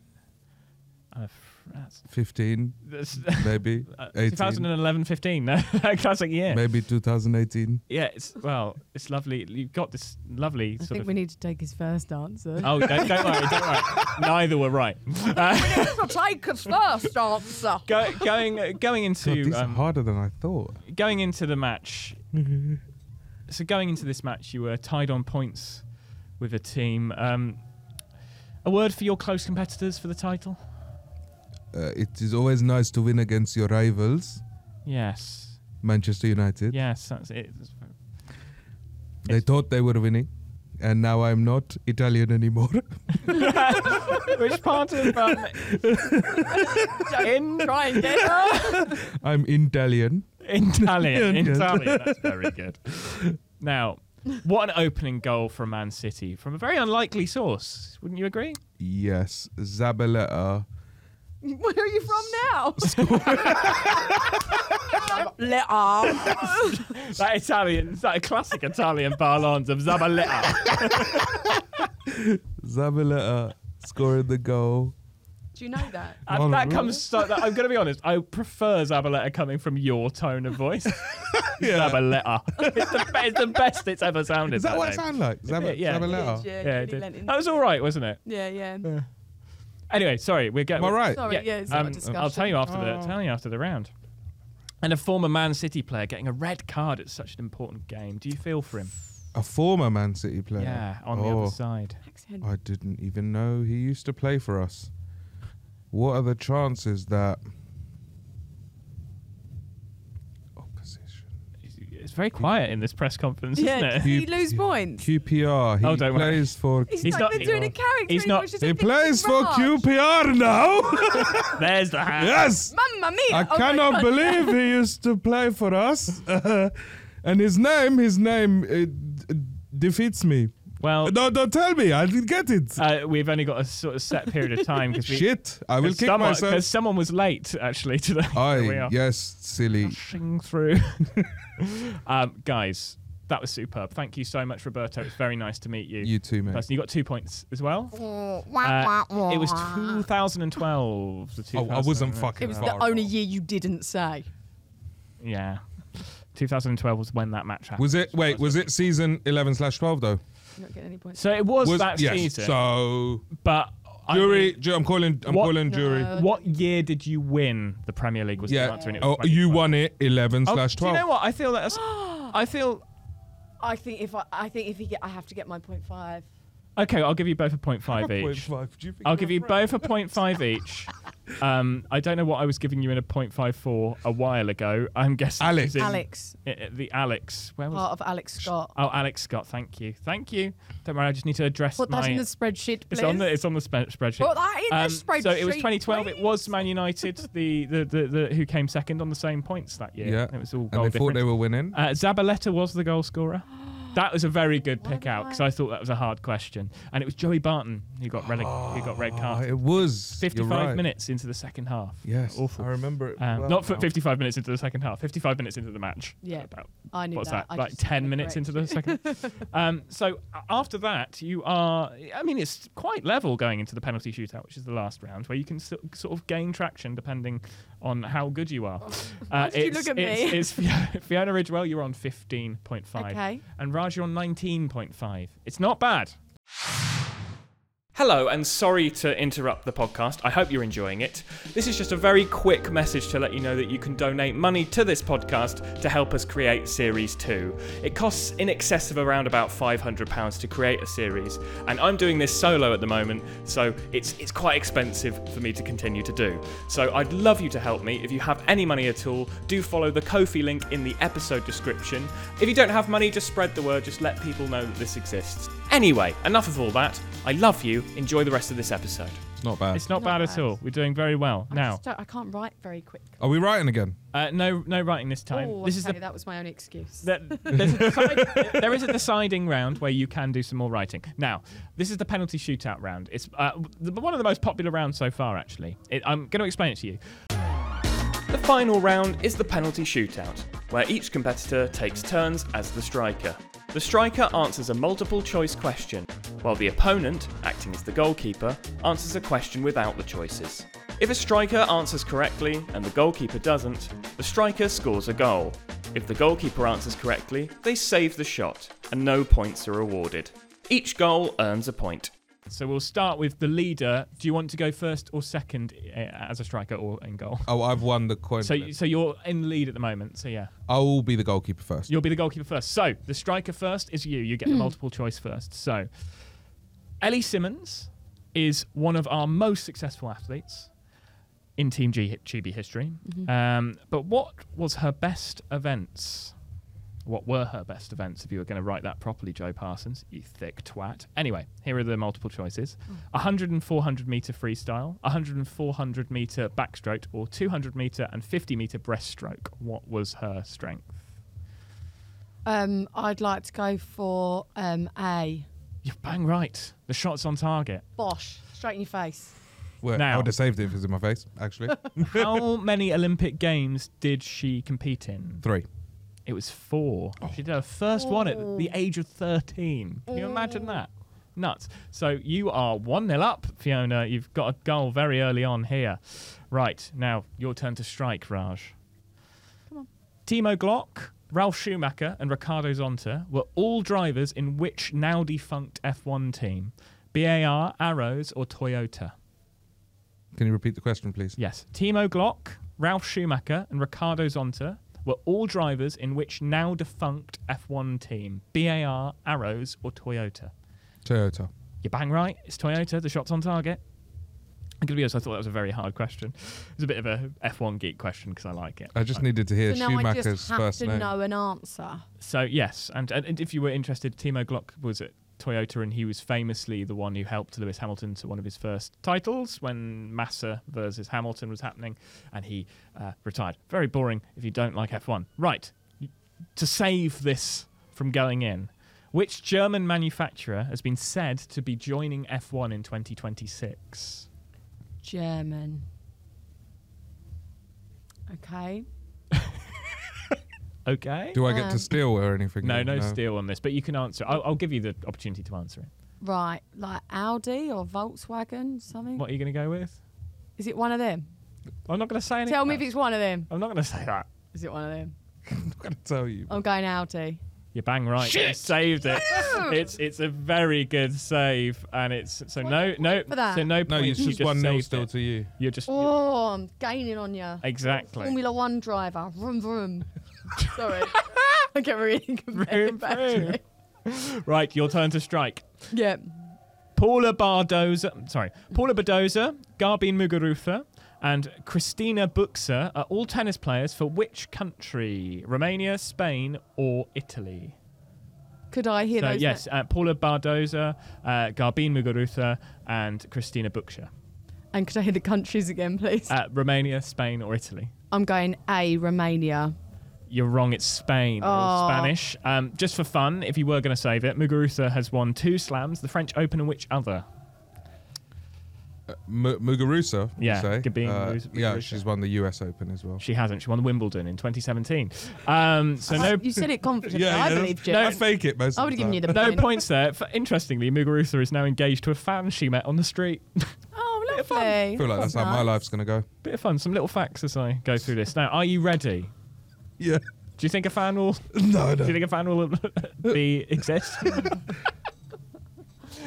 Uh, f- that's-
15,
that's-
maybe
uh,
18,
2011 15 no classic year
maybe 2018.
yeah it's well it's lovely you've got this lovely
I
sort
think
of
we need to take his first answer.
oh don't, don't worry don't worry neither were right
I'll take his first answer.
Go, going uh, going
God,
into
these are
um,
harder than I thought.
going into the match so going into this match you were tied on points with a team um, a word for your close competitors for the title
Uh, it is always nice to win against your rivals,
yes
Manchester United.
yes that's it
They thought they were winning, and now I'm not Italian anymore.
which part of um, in
Try and get her.
I'm Italian.
In Italian.
Yeah, yeah.
That's very good. Now, what an opening goal from Man City from a very unlikely source. Wouldn't you agree?
Yes, Zabaleta.
Where are you from now? Let her.
That Italian, that classic Italian parlance of Zabaleta.
Zabaleta scored the goal.
Do you know that?
And that comes. So, that, I'm going to be honest. I prefer Zabaleta coming from your tone of voice. Zabaleta. It's the, be- it's the best it's ever sounded.
Is that what it
name.
sounds like? Zab-
Yeah.
Zabaleta.
Yeah,
Yeah,
yeah,
it
Julie
did.
Lennon.
that was all right, wasn't it?
yeah, yeah.
Anyway, sorry, we're getting.
Am I right?
Sorry, yeah, it's not a discussion.
um, I'll tell you after the
Oh.
tell you after the round. And a former Man City player getting a red card at such an important game. Do you feel for him?
A former Man City player.
Yeah, on the
Oh.
other side.
Max Henry.
I didn't even know he used to play for us. What are the chances that opposition
It's- It's very quiet in this press conference, isn't
Yeah,
it?
did
You-
he lose points?
QPR? He
Oh, don't worry.
plays for.
He's,
He's
not,
not-
even doing a character.
he's
anymore,
not-
it's just a
He
big
plays for
barrage.
QPR now.
There's the hand.
yes,
Mamma mia!
I
Oh my
cannot
God.
believe he used to play for us. and his name, his name uh, d- defeats me.
Well,
No, don't tell me. I didn't get it.
uh, we've only got a sort of set period of time because
Shit, I will kick
someone,
myself.
'cause someone was late actually today. Here we
I
are. Oh,
yes, silly.
rushing through. um, guys, that was superb. Thank you so much, Roberto. It's very nice to meet you.
You too, mate.
Person, you got two points as well. Uh, it was 2012. The
Oh, I wasn't
2000
fucking
It was
far
the only
off.
year you didn't say.
Yeah. 2012 was when that match happened.
Was it? Wait, was it season eleven slash twelve though?
You're not getting any points.
So it was,
Was
that
yes.
season.
So
but I
jury,
mean,
ju- I'm calling. I'm
What-
calling
No.
jury.
what year did you win the Premier League? Was the
Yeah.
answer, and it
Oh,
was
you
2012.
won it eleven
Oh,
slash
do you
twelve.
know what? I feel that. that's- I feel
I think if I, I think if he get, I have to get my point five.
okay. I'll give you both a point five each. I'll give you both a point five each. Um, I don't know what I was giving you in a point five four a while ago. I'm guessing it
Alex.
was in-
Alex,
i- i- the Alex. Where was
part of Alex Scott.
Oh, Alex Scott, thank you. Thank you. Don't worry, I just need to address
Put
my.
that in the spreadsheet, please.
it's on the it's on the spe- spreadsheet.
Put that in the
Um,
spreadsheet.
so it was 2012. It
please.
was Man United, the, the, the, the who came second on the same points that year.
Yeah.
it was all
And
goal
they thought
difference.
they were winning.
uh, Zabaleta was the goal scorer. That was a very good
Why
pick
did
out
I-
because I thought that was a hard question, and it was Joey Barton who got rele- who got red
Oh,
card.
it was. You're
55
right.
minutes into the second half.
Yes,
awful.
I remember it.
Um,
well
not for
now.
55 minutes into the second half. 55 minutes into the match.
Yeah.
About
I knew
what's
that.
that,
I
like
just
10
wanna
minutes
correct
into the second um, so a- after that you are i mean it's quite level going into the penalty shootout which is the last round where you can so, sort of gain traction depending on how good you are uh,
did you look at
it's,
me?
it's fiona, fiona ridgewell you're on 15.5
Okay.
and raj you're on 19.5 it's not bad
Hello, and sorry to interrupt the podcast. I hope you're enjoying it. This is just a very quick message to let you know that you can donate money to this podcast to help us create Series 2. It costs in excess of around about £500 to create a series, and I'm doing this solo at the moment, so it's, it's quite expensive for me to continue to do. So I'd love you to help me. If you have any money at all, do follow the Kofi link in the episode description. If you don't have money, just spread the word, just let people know that this exists. Anyway, enough of all that. I love you. Enjoy the rest of this episode.
It's not bad.
it's not,
Not
bad, at
bad.
all we're doing very well
I
now
just don't- I can't write very quick.
Are we writing again?
uh, no no writing this time
Oh,
this is
okay,
the
that was my own excuse.
There- there's a decide- there is a deciding round where you can do some more writing. Now, this is the penalty shootout round. It's uh, the, one of the most popular rounds so far, actually. It, I'm going to explain it to you.
The final round is the penalty shootout, where each competitor takes turns as the striker. The striker answers a multiple choice question, while the opponent, acting as the goalkeeper, answers a question without the choices. If a striker answers correctly and the goalkeeper doesn't, the striker scores a goal. If the goalkeeper answers correctly, they save the shot, and no points are awarded. Each goal earns a point.
So we'll start with the leader. Do you want to go first or second uh, as a striker or in goal?
Oh, I've won the coin.
So,
flip.
you- so you're in lead at the moment. So yeah,
I will be the goalkeeper first.
you'll be the goalkeeper first. So the striker first is you. You get the multiple choice first. So Ellie Simmons is one of our most successful athletes. in Team G- GB history. Um, but what was her best events? What were her best events? If you were going to write that properly, Joe Parsons, you thick twat. Anyway, here are the multiple choices 100 and 400 meter freestyle, 100 and 400 meter backstroke, or 200 meter and 50 meter breaststroke. What was her strength?
Um, I'd like to go for um, A.
You're bang right. The shot's on target.
Bosh, straight in your face.
Well, I
Now.
would have saved it if it was in my face, actually.
How many Olympic Games did she compete in?
Three.
It was four. She did her first one at the age of 13. Can you imagine that? Nuts. So you are 1 0 up, Fiona. You've got a goal very early on here. Right, now your turn to strike, Raj. Come on. Timo Glock, Ralph Schumacher, and Ricardo Zonta were all drivers in which now defunct F1 team? BAR, Arrows, or Toyota?
Can you repeat the question, please?
Yes. Timo Glock, Ralph Schumacher, and Ricardo Zonta were all drivers in which now defunct F1 team, BAR, Arrows, or Toyota?
Toyota.
You're bang right. It's Toyota. The shot's on target. I'm going to be honest, I thought that was a very hard question. It was a bit of a F1 geek question because I like it.
I just needed to hear
so now I
Schumacher's
just have
first
to
name.
know an answer.
So, yes. And, and, and if you were interested, Timo Glock was at Toyota and he was famously the one who helped Lewis Hamilton to one of his first titles when Massa versus Hamilton was happening and he uh, retired. Very boring if you don't like F1. Right. To save this from going in, which German manufacturer has been said to be joining F1 in 2026?
German. Okay.
Okay.
Do I get
Um,
to steal or anything?
no, no steal on this, but you can answer. I'll, I'll give you the opportunity to answer it.
Right, like Audi or Volkswagen, something.
What are you going to go with?
Is it one of them?
I'm not going to say anything.
Tell me if it's one of them.
I'm not going to say that.
Is it one of them?
I'm going to tell you.
I'm going Audi.
You're bang right. You saved it. it's it's a very good save, and it's so no no
for that?
so no
no, you
points. you
just one nil
saved
still
it.
to you.
You're just you're-
Oh, I'm gaining on you.
exactly.
Formula One driver. Vroom, vroom. Sorry. I get really
Vroom,
competitive.
vroom.
actually.
Right, your turn to strike.
Yeah.
Paula Bardoza, sorry, Paula Badoza, Garbine Muguruza, and Christina Buxer are all tennis players for which country? Romania, Spain, or Italy?
Could I hear
So
those?
yes, uh, Paula Bardoza, uh, Garbine Muguruza, and Christina Buxer.
na- and could I hear the countries again, please?
Uh, Romania, Spain, or Italy?
I'm going A, Romania.
You're wrong. It's Spain. They're all
Oh.
Spanish. Um, just for fun, if you were going to save it, Muguruza has won two slams, the French Open and which other?
uh, M- Muguruza. you
Yeah,
say.
Gabine
Uh,
Muguruza.
yeah, she's won the U.S. Open as well.
She hasn't. She won Wimbledon in 2017. Um, so no,
You said it confidently. I
that's-
believed you.
I fake it most.
I
of
would
the
have given you
time.
the
no
point.
points there. F interestingly, Muguruza is now engaged to a fan she met on the street.
Oh, lovely.
I feel like that's how my life's gonna go.
Bit of fun. Some little facts as I go through this. Now, are you ready?
Yeah.
Do you think a fan will?
No,
Do you
no.
think a fan will be exist?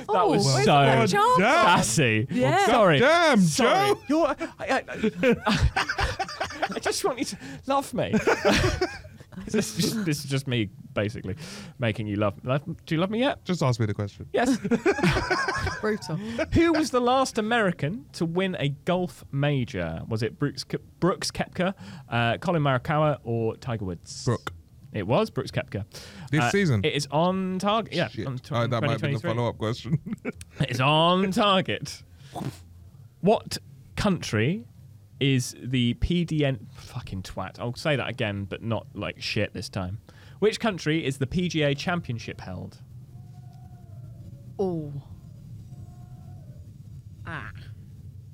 Oh,
That was
where's
so-
that chance?
Yeah.
Sassy.
Yeah.
Sorry.
Damn,
Sorry.
Joe.
You're. I, I- I just want you to love me. this, is just, this is just me basically making you love, love. Do you love me yet?
Just ask me the question.
Yes.
Brutal.
Who was the last American to win a golf major? Was it Brooks, Ke- Brooks Kepka, uh, Colin Marikawa, or Tiger Woods?
Brooke.
It was Brooks Kepka.
This season?
It is on target. Yeah.
Shit.
On
Oh, that might be the
2023.
follow-up question.
It is on target. What country is the PDN fucking twat? I'll say that again, but not like shit this time. Which country is the PGA Championship held?
Oh. Ah.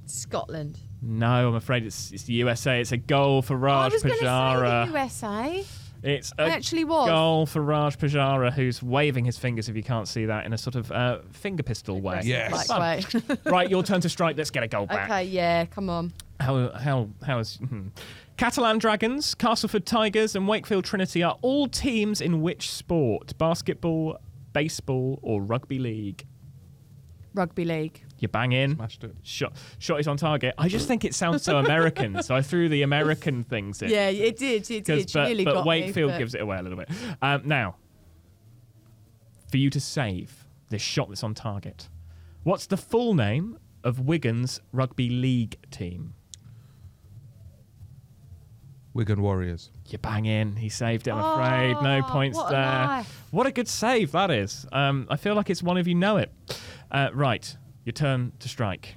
Scotland.
No, I'm afraid it's, it's the USA. It's a goal for
Oh, I
Raj
was going to
Pujara.
say the USA.
Uh, It's a
I actually was.
goal for Raj Pujara, who's waving his fingers, if you can't see that, in a sort of uh, finger pistol way.
Yes.
Fun.
Like, wait.
right, your turn to strike. Let's get a goal back.
okay, yeah, come on.
How, how, how is. hmm. Catalan Dragons, Castleford Tigers, and Wakefield Trinity are all teams in which sport? Basketball, baseball, or rugby league?
Rugby league.
You bang in.
Smashed it.
Shot, shot is on target. I just think it sounds so American, so I threw the American things in.
Yeah, it did. It
'Cause-
did. She
but,
nearly
but
got
Wakefield
me, but-
gives it away a little bit. Um, now, for you to save this shot that's on target, what's the full name of Wigan's rugby league team?
Wigan Warriors.
You bang in. He saved it. I'm afraid no
Oh,
points
what a
there.
life.
What a good save that is. Um, I feel like it's one of you know it. Uh, right, your turn to strike.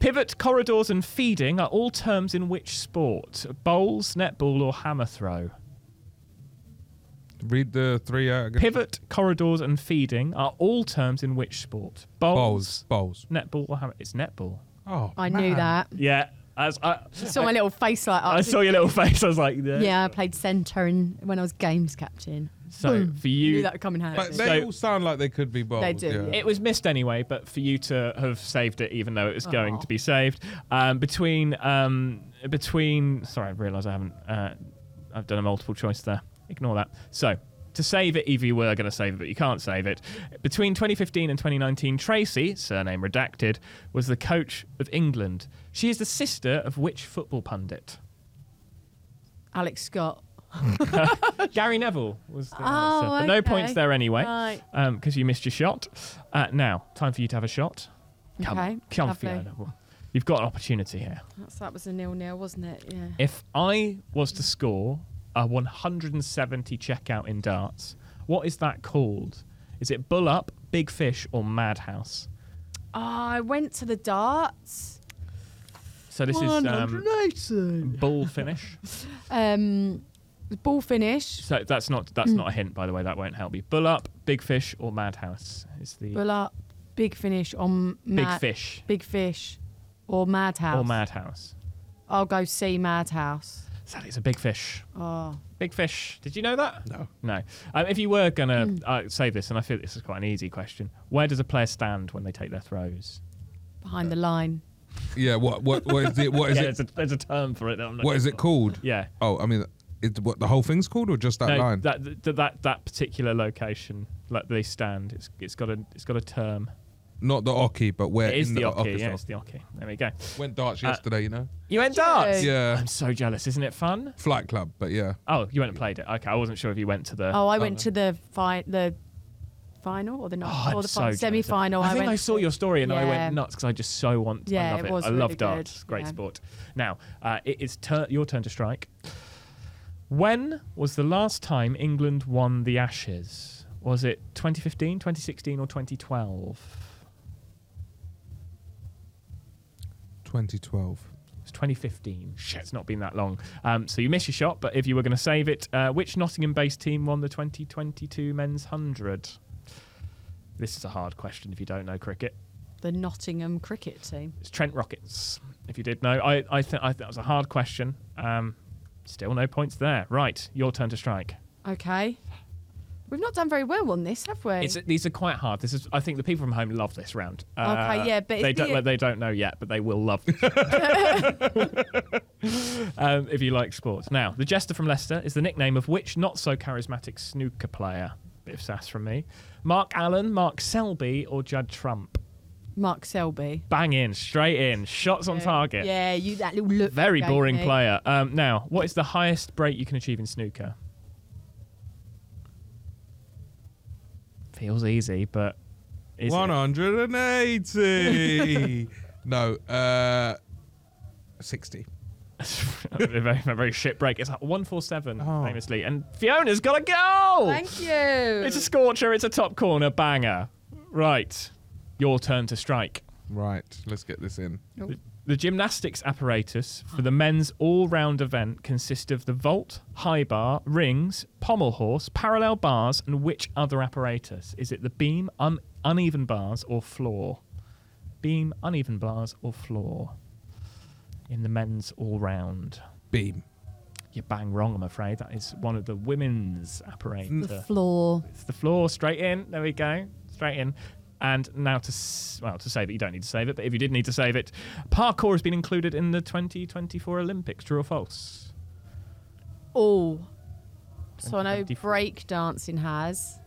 Pivot, corridors, and feeding are all terms in which sport? Bowls, netball, or hammer throw?
Read the three out. again.
Pivot, corridors, and feeding are all terms in which sport?
Bowls.
Bowls,
Bowls.
netball, or hammer? It's netball.
Oh,
I knew
man.
that.
Yeah. As I,
Saw my little face like
I saw your little face. I was like, yeah.
Yeah, I played centre in, when I was games captain.
So for you,
knew that would come in handy.
But
So-
they all sound like they could be bowls.
They do, yeah.
It was missed anyway, but for you to have saved it, even though it was going
Aw.
to be saved, um, between um, between. Sorry, I realise I haven't. Uh, I've done a multiple choice there. Ignore that. So. To save it, either you were going to save it, but you can't save it. Between 2015 and 2019, Tracy, surname redacted, was the coach of England. She is the sister of which football pundit?
Alex Scott.
Gary Neville was the
Oh,
answer. But no
okay.
points there anyway, because
Right.
you missed your shot. Uh, now, time for you to have a shot. Come,
okay.
come,
lovely.
Fiona. You've got an opportunity here.
That's, that was a nil nil, wasn't it? Yeah.
If I was to score a 170 checkout in darts, what is that called? Is it bull up, big fish, or madhouse?
Oh, I went to the darts.
So this is um, bull finish.
Um, the ball finish.
So that's not that's not a hint, by the way. That won't help you. Bull up, big fish, or madhouse is the
Bull up. Big finish on
big
Mad-
fish
Big fish. Or Madhouse.
or madhouse.
I'll go see Madhouse.
Sadly, it's a big fish.
Oh.
Big fish. Did you know that?
No.
No. Um, if you were gonna uh, say this, and I feel this is quite an easy question, where does a player stand when they take their throws?
Behind the line.
Yeah. What? What? What is it? What is
yeah,
it?
there's, a, there's a term for it. That I'm not
What is it called?
Yeah.
Oh, I mean, it, what the whole thing's called, or just that
No,
line?
that, that that that particular location, like they stand, it's it's got a it's got a term.
Not the oki, but where
it is
in
the,
the,
hockey. Uh,
oki
Yeah,
shop.
it's the hockey. There we go.
Went darts yesterday, you know.
You went
darts?
darts.
Yeah,
I'm so jealous. Isn't it fun?
flight club, but yeah.
Oh, you went and played it. Okay, I wasn't sure if you went to the.
Oh, I went to the fi- the final or the
Oh,
not
I'm
or the
so
fi-
jealous.
semi-final.
I think
went
I saw
to.
your story and I
Yeah.
went nuts because I just so want. I
Yeah,
love
it
it.
was
I
really
love
good,
darts. Great
yeah.
sport. Now uh, it is tur your turn to strike. When was the last time England won the Ashes? Was it 2015, 2016, or 2012?
2012.
It's 2015. Shit, it's not been that long. Um, so you miss your shot, but if you were going to save it, uh, which Nottingham-based team won the 2022 men's hundred? This is a hard question if you don't know cricket.
The Nottingham cricket team.
It's Trent Rockets. If you did know, I I think I think that was a hard question. Um, still no points there. Right, your turn to strike.
Okay. We've not done very well on this, have we?
It's, these are quite hard. This is. I think the people from home love this round. Uh,
Okay, yeah, but
they
it's
don't.
the-
well, they don't know yet, but they will love. um, if you like sports, now the jester from Leicester is the nickname of which not so charismatic snooker player? Bit of sass from me. Mark Allen, Mark Selby, or Judd Trump?
Mark Selby.
Bang in, straight in, shots on target.
Yeah, you that little look.
Very
you gave
boring
me.
player. Um, now, what is the highest break you can achieve in snooker? Feels easy, but is it?
180. no, uh, 60.
a very, a very shit break. It's like 147,
Oh.
famously. And Fiona's got a goal!
Thank you.
It's a scorcher, it's a top corner banger. Right, your turn to strike.
Right, let's get this in.
The, the gymnastics apparatus for the men's all round event consists of the vault, high bar, rings, pommel horse, parallel bars, and which other apparatus? Is it the beam, un- uneven bars, or floor? Beam, uneven bars, or floor? In the men's all round.
Beam.
You're bang wrong, I'm afraid. That is one of the women's
the
apparatus.
floor.
It's the floor, straight in. There we go, straight in. And now to s- well to save it, you don't need to save it, but if you did need to save it, parkour has been included in the 2024 Olympics. True or false?
Oh. So I know
2024.
break dancing has.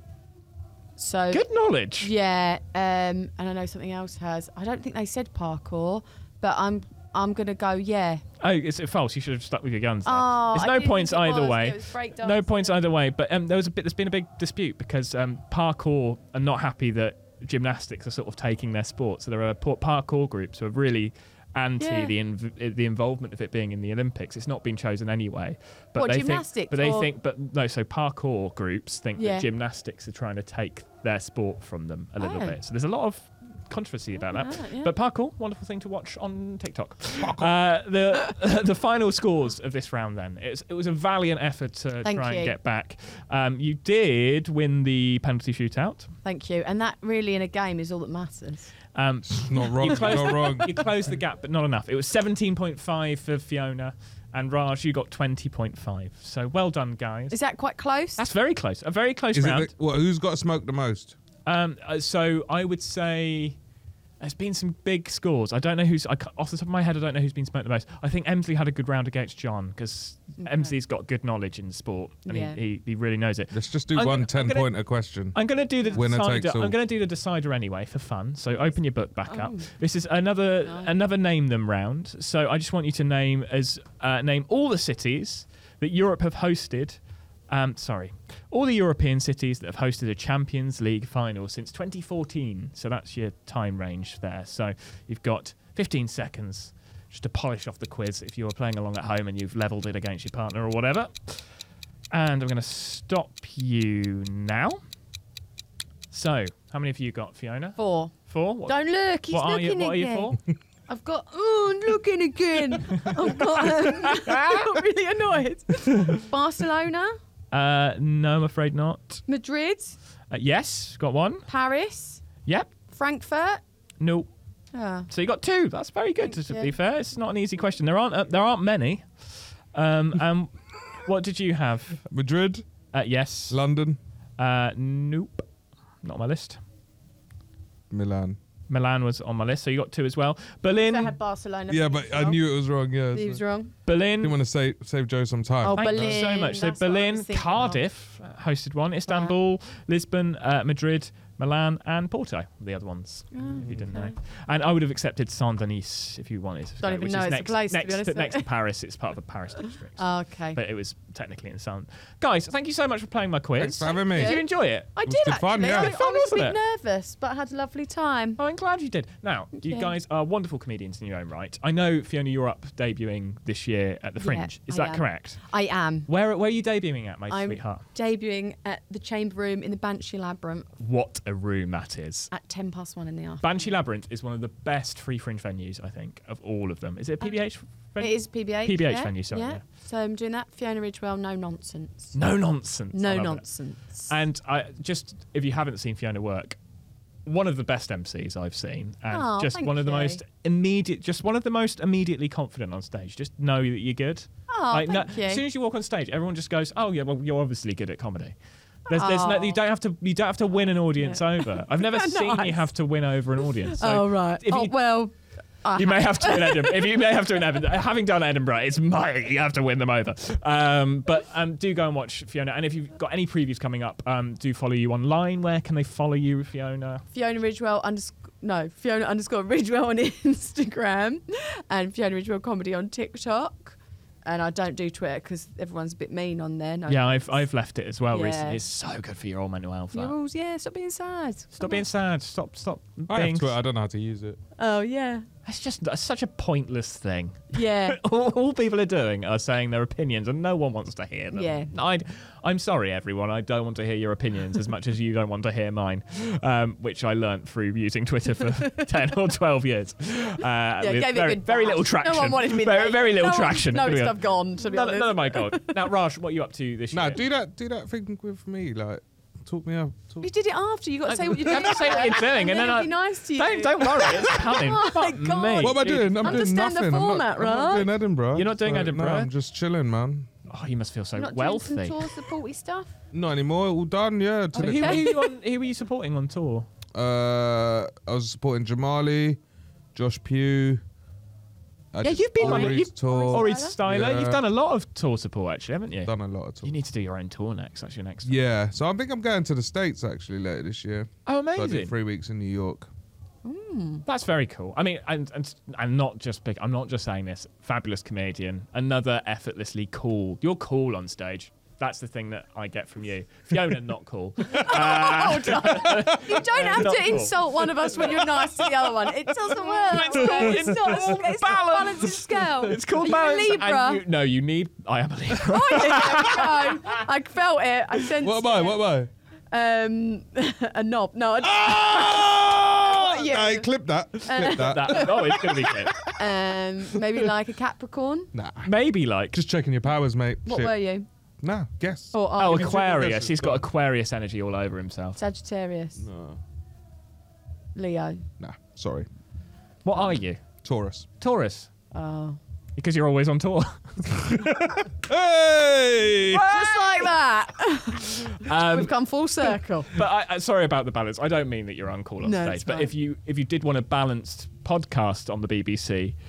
So
Good knowledge.
Uh, yeah, um, and I know something else has. I don't think they said parkour, but I'm I'm gonna go yeah.
Oh, is it false? You should have stuck with your guns. There.
Oh,
There's
I
no
didn't
points
think it
either
was.
way.
It was breakdancing.
no points either way. But um, there was a bit. There's been a big dispute because um, parkour are not happy that gymnastics are sort of taking their sport. So there are por- parkour groups who are really anti
Yeah.
the inv- uh, the involvement of it being in the Olympics. It's not been chosen anyway. But
What,
they
gymnastics
Think, but they
or-
think. But no. So parkour groups think
Yeah.
that gymnastics are trying to take their sport from them a little
Oh.
bit. So there's a lot of controversy about that.
know that, yeah.
But parkour, wonderful thing to watch on TikTok. Uh, the the final scores of this round then. It was, it was a valiant effort to
Thank
try
you.
and get back. Um, you did win the penalty shootout.
Thank you. And that really in a game is all that matters.
Um,
It's Not wrong.
You
it's
closed-
not wrong.
you closed the gap, but not enough. It was 17.5 for Fiona and Raj. You got 20.5. So well done, guys.
Is that quite close?
That's very close. A very close
Is it
round.
the, what, who's got smoked the most?
Um, uh, so I would say there's been some big scores. I don't know who's I, ca- off the top of my head. I don't know who's been smoked the most. I think Emsley had a good round against John because Emsley's got good knowledge in sport and
Yeah.
he, he, he really knows it.
Let's just do
I'm-
one
I'm
10
gonna-
pointer question.
I'm going to do the
Winner
decider.
takes all.
I'm going to do the decider anyway for fun. So open your book back up.
Oh.
This is another
Oh.
another name them round. So I just want you to name as uh, name all the cities that Europe have hosted. Um, sorry, all the European cities that have hosted a Champions League final since 2014. So that's your time range there. So you've got 15 seconds just to polish off the quiz if you were playing along at home and you've leveled it against your partner or whatever. And I'm going to stop you now. So, how many have you got, Fiona?
Four.
Four? What,
Don't look. He's
what are
looking
you, what are
again.
you for?
I've got. Oh, I'm looking again. I've got. Um, I'm really annoyed. Barcelona,
Uh, no, I'm afraid not.
Madrid,
Uh, yes, got one.
Paris,
Yep.
Frankfurt.
No.
Ah.
So you got two. That's very good. To,
Thank
to
you.
be fair, it's not an easy question. There aren't uh, there aren't many. Um, um, what did you have?
Madrid,
Uh, yes.
London,
Uh, nope. Not on my list.
Milan.
Milan was on my list, so you got two as well. Berlin,
I had Barcelona.
Yeah, but I knew it was wrong. Yeah,
He
so.
was wrong.
Berlin,
didn't want to save save Joe some time.
Oh,
Thank you so
Berlin,
much. So
that's what I was
Berlin,
thinking of.
Cardiff uh, hosted one, Istanbul, Lisbon, uh, Madrid, Milan, and Porto. were The other ones,
Oh,
if you didn't know. And I would have accepted Saint Denis if you wanted. to
Don't
go,
even
which
know
is
it's a
next,
place, to be
Next,
honest Oh. with
next
you.
to Paris, it's part of the Paris district.
okay.
but it was technically in Saint. Guys, thank you so much for playing my quiz.
Thanks for having me.
Did you enjoy it?
I
It was
did
good
actually.
fun, yeah.
I,
It
was
I
fun,
was a bit
wasn't
nervous, but I had a lovely time.
Oh, I'm glad you did. Now, you
you.
guys are wonderful comedians in your own right. I know Fiona, you're up debuting this year at the
Yeah,
Fringe. Is
I
that
am.
correct?
I am.
Where where are you debuting at, my
I'm
sweetheart?
debuting at the Chamber Room in the Banshee Labyrinth
What a room that is.
at ten past one in the afternoon.
Banshee Labyrinth is one of the best free fringe venues, I think, of all of them. Is it a PBH? venue?
It is PBH.
PBH
yeah,
venue, sorry,
Yeah.
yeah.
So I'm doing that. Fiona Ridgewell, no nonsense.
No nonsense. I
No
love it.
nonsense.
And I just, if you haven't seen Fiona work, one of the best MCs I've seen, and
Aw,
just
thank
one of the
you.
most immediate, just one of the most immediately confident on stage. Just know that you're good.
Aw,
no-
thank you.
As soon as you walk on stage, everyone just goes, "Oh yeah, well you're obviously good at comedy." There's, there's no,
Aw.
you don't have to you don't have to win an audience over. I've never
Nice.
seen you have to win over an audience. So
oh right.
if
oh
you-
well. I
you
ha-
may have to in Edinburgh. If you may have to in Edinburgh, having done Edinburgh, it's my you have to win them over. Um, but um, do go and watch Fiona. And if you've got any previews coming up, um, do follow you online. Where can they follow you, Fiona?
Fiona Ridgewell underscore no Fiona underscore Ridgewell on Instagram, and Fiona Ridgewell comedy on TikTok. And I don't do Twitter because everyone's a bit mean on there. No.
Yeah, I've I've left it as well
Yeah.
recently. It's so good for your own mental health.
Your
that.
rules, yeah. Stop being sad.
Stop being sad. Stop stop
I have
being.
Twitter. I don't know how to uh, use it.
Oh yeah,
It's just that's such a pointless thing.
yeah.
all, all people are doing are saying their opinions, and no one wants to hear them.
Yeah.
I'd, I'm sorry, everyone. I don't want to hear your opinions as much as you don't want to hear mine, um, which I learnt through using Twitter for 10 or 12 years. Uh,
yeah
with
gave it a
very,
good
very
bash.
little traction.
No one wanted me.
very,
there.
very little
no one-
traction.
No,
Here we
it's
are.
not gone. To be
None,
honest.
none of my god. Now, Raj, what are you up to this
No,
year?
do that. Do that thing with me. Like, talk me up. Talk.
You did it after. You got to say what you're
I
doing.
have to say what you're doing, and then
it'll
I-
be nice to you.
Don't, don't worry, it's coming.
Oh my
Fuck
God.
me.
What am I doing? I'm doing
Understand the
nothing. I'm
format,
not, I'm not
right?
doing Edinburgh.
You're not doing
So,
Edinburgh?
No, I'm just chilling, man.
Oh, you must feel so
You're not
wealthy.
doing some tour supporty stuff.
Not anymore. All done. Yeah.
Who,
Till
who,
next
were
week.
you on, who were you supporting on tour?
Uh, I was supporting Jamali, Josh Pugh. I
Yeah,
just-
you've been on it.
Ori's
You've-
tour.
Ori Styler.
Styler?
You've
Yeah.
done a lot of tour support, actually, haven't you?
done a lot of tour.
You need to do your own tour next. That's your next.
Yeah, so I think I'm going to the states actually later this year.
Oh,
So I
amazing!
did three weeks in New York.
That's very cool. I mean, and and I'm not just big. I'm not just saying this. Fabulous comedian. Another effortlessly cool. You're cool on stage. That's the thing that I get from you. Fiona, not cool.
You don't have
Not
to
cool.
insult one of us when you're nice to the other one. It doesn't work.
It's
So it's
all-
not it's not a
balance.
balanced scale.
It's called
Are you
balance.
Oh, a Libra.
And you, no, you need. I am a Libra.
Oh, yeah, there we go. I felt it. I sensed
Oh,
What am I? What am I?
it. um a knob. No, I
Oh,
Yeah.
Hey, clip that. Clip that.
that, oh, it's gonna be good.
um maybe like a Capricorn.
Nah.
Maybe like.
Just checking your powers, mate.
What
Shit.
were you?
Nah, guess.
Or are
Oh,
you?
Aquarius. He's got Aquarius energy all over himself.
Sagittarius.
No.
Leo.
Nah, sorry.
What are you?
Taurus.
Taurus.
Oh.
Because you're always on tour.
Hey!
Just like that.
Um,
We've come full circle.
But I, I, sorry about the balance. I don't mean that you're uncool on
No, it's
stage. But
fine.
if you if you did want a balanced podcast on the BBC,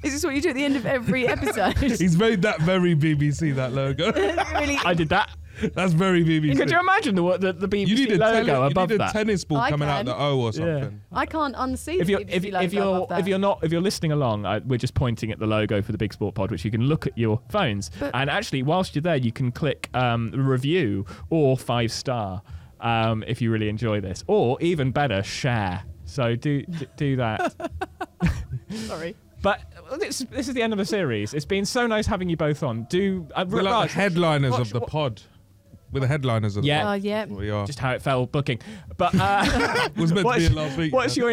Is this what you do at the end of every episode?
He's made that very BBC, that logo.
really
I did that.
That's very BBC.
Could you imagine the what- the, the BBC
You need a,
logo
tele- you
above
need a
that? Oh,
tennis ball
I
coming out
can.
the O or
Yeah.
something.
I can't unsee
if
the
you're if,
BBC logo
if you're
above that.
if you're not if you're listening along, I, we're just pointing at the logo for the Big Sport Pod, which you can look at your phones.
But-
and actually, whilst you're there, you can click um, review or five star um, if you really enjoy this, or even better, share. So do do- do that.
Sorry.
But uh, this, this is the end of the series. It's been so nice having you both on. Do uh,
We're like
Raj,
the headliners
watch-
of the
watch-
pod. We're the headliners of the
Yeah.
Oh
pod.
yeah.
That's what we are.
just how it fell booking. But uh,
was meant
what's,
to be in last week.
what's your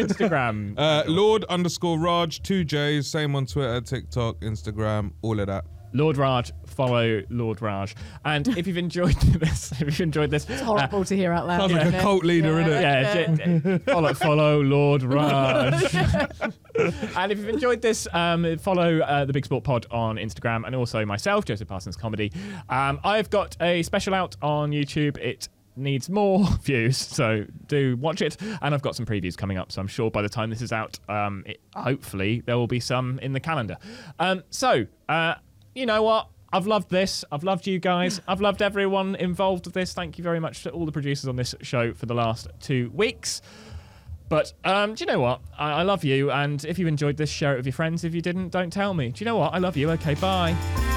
Instagram?
Uh, Lord underscore Raj, two J's, same on Twitter, TikTok, Instagram, all of that.
Lord Raj, follow Lord Raj. And if you've enjoyed this, if you've enjoyed this, uh,
It's horrible to hear out loud.
Sounds like
isn't
a
it?
cult leader,
Yeah.
innit?
yeah, j- follow, follow Lord Raj. and if you've enjoyed this, um, follow uh, the Big Sport Pod on Instagram and also myself, Joseph Parsons Comedy. Um, I've got a special out on YouTube. It needs more views, so do watch it. And I've got some previews coming up, so I'm sure by the time this is out, um, it, hopefully there will be some in the calendar. Um, so, uh, you know what? I've loved this. I've loved you guys. I've loved everyone involved with this. Thank you very much to all the producers on this show for the last two weeks. But um, do you know what? I-, I love you, and if you enjoyed this, share it with your friends. If you didn't, don't tell me. Do you know what? I love you. Okay, bye.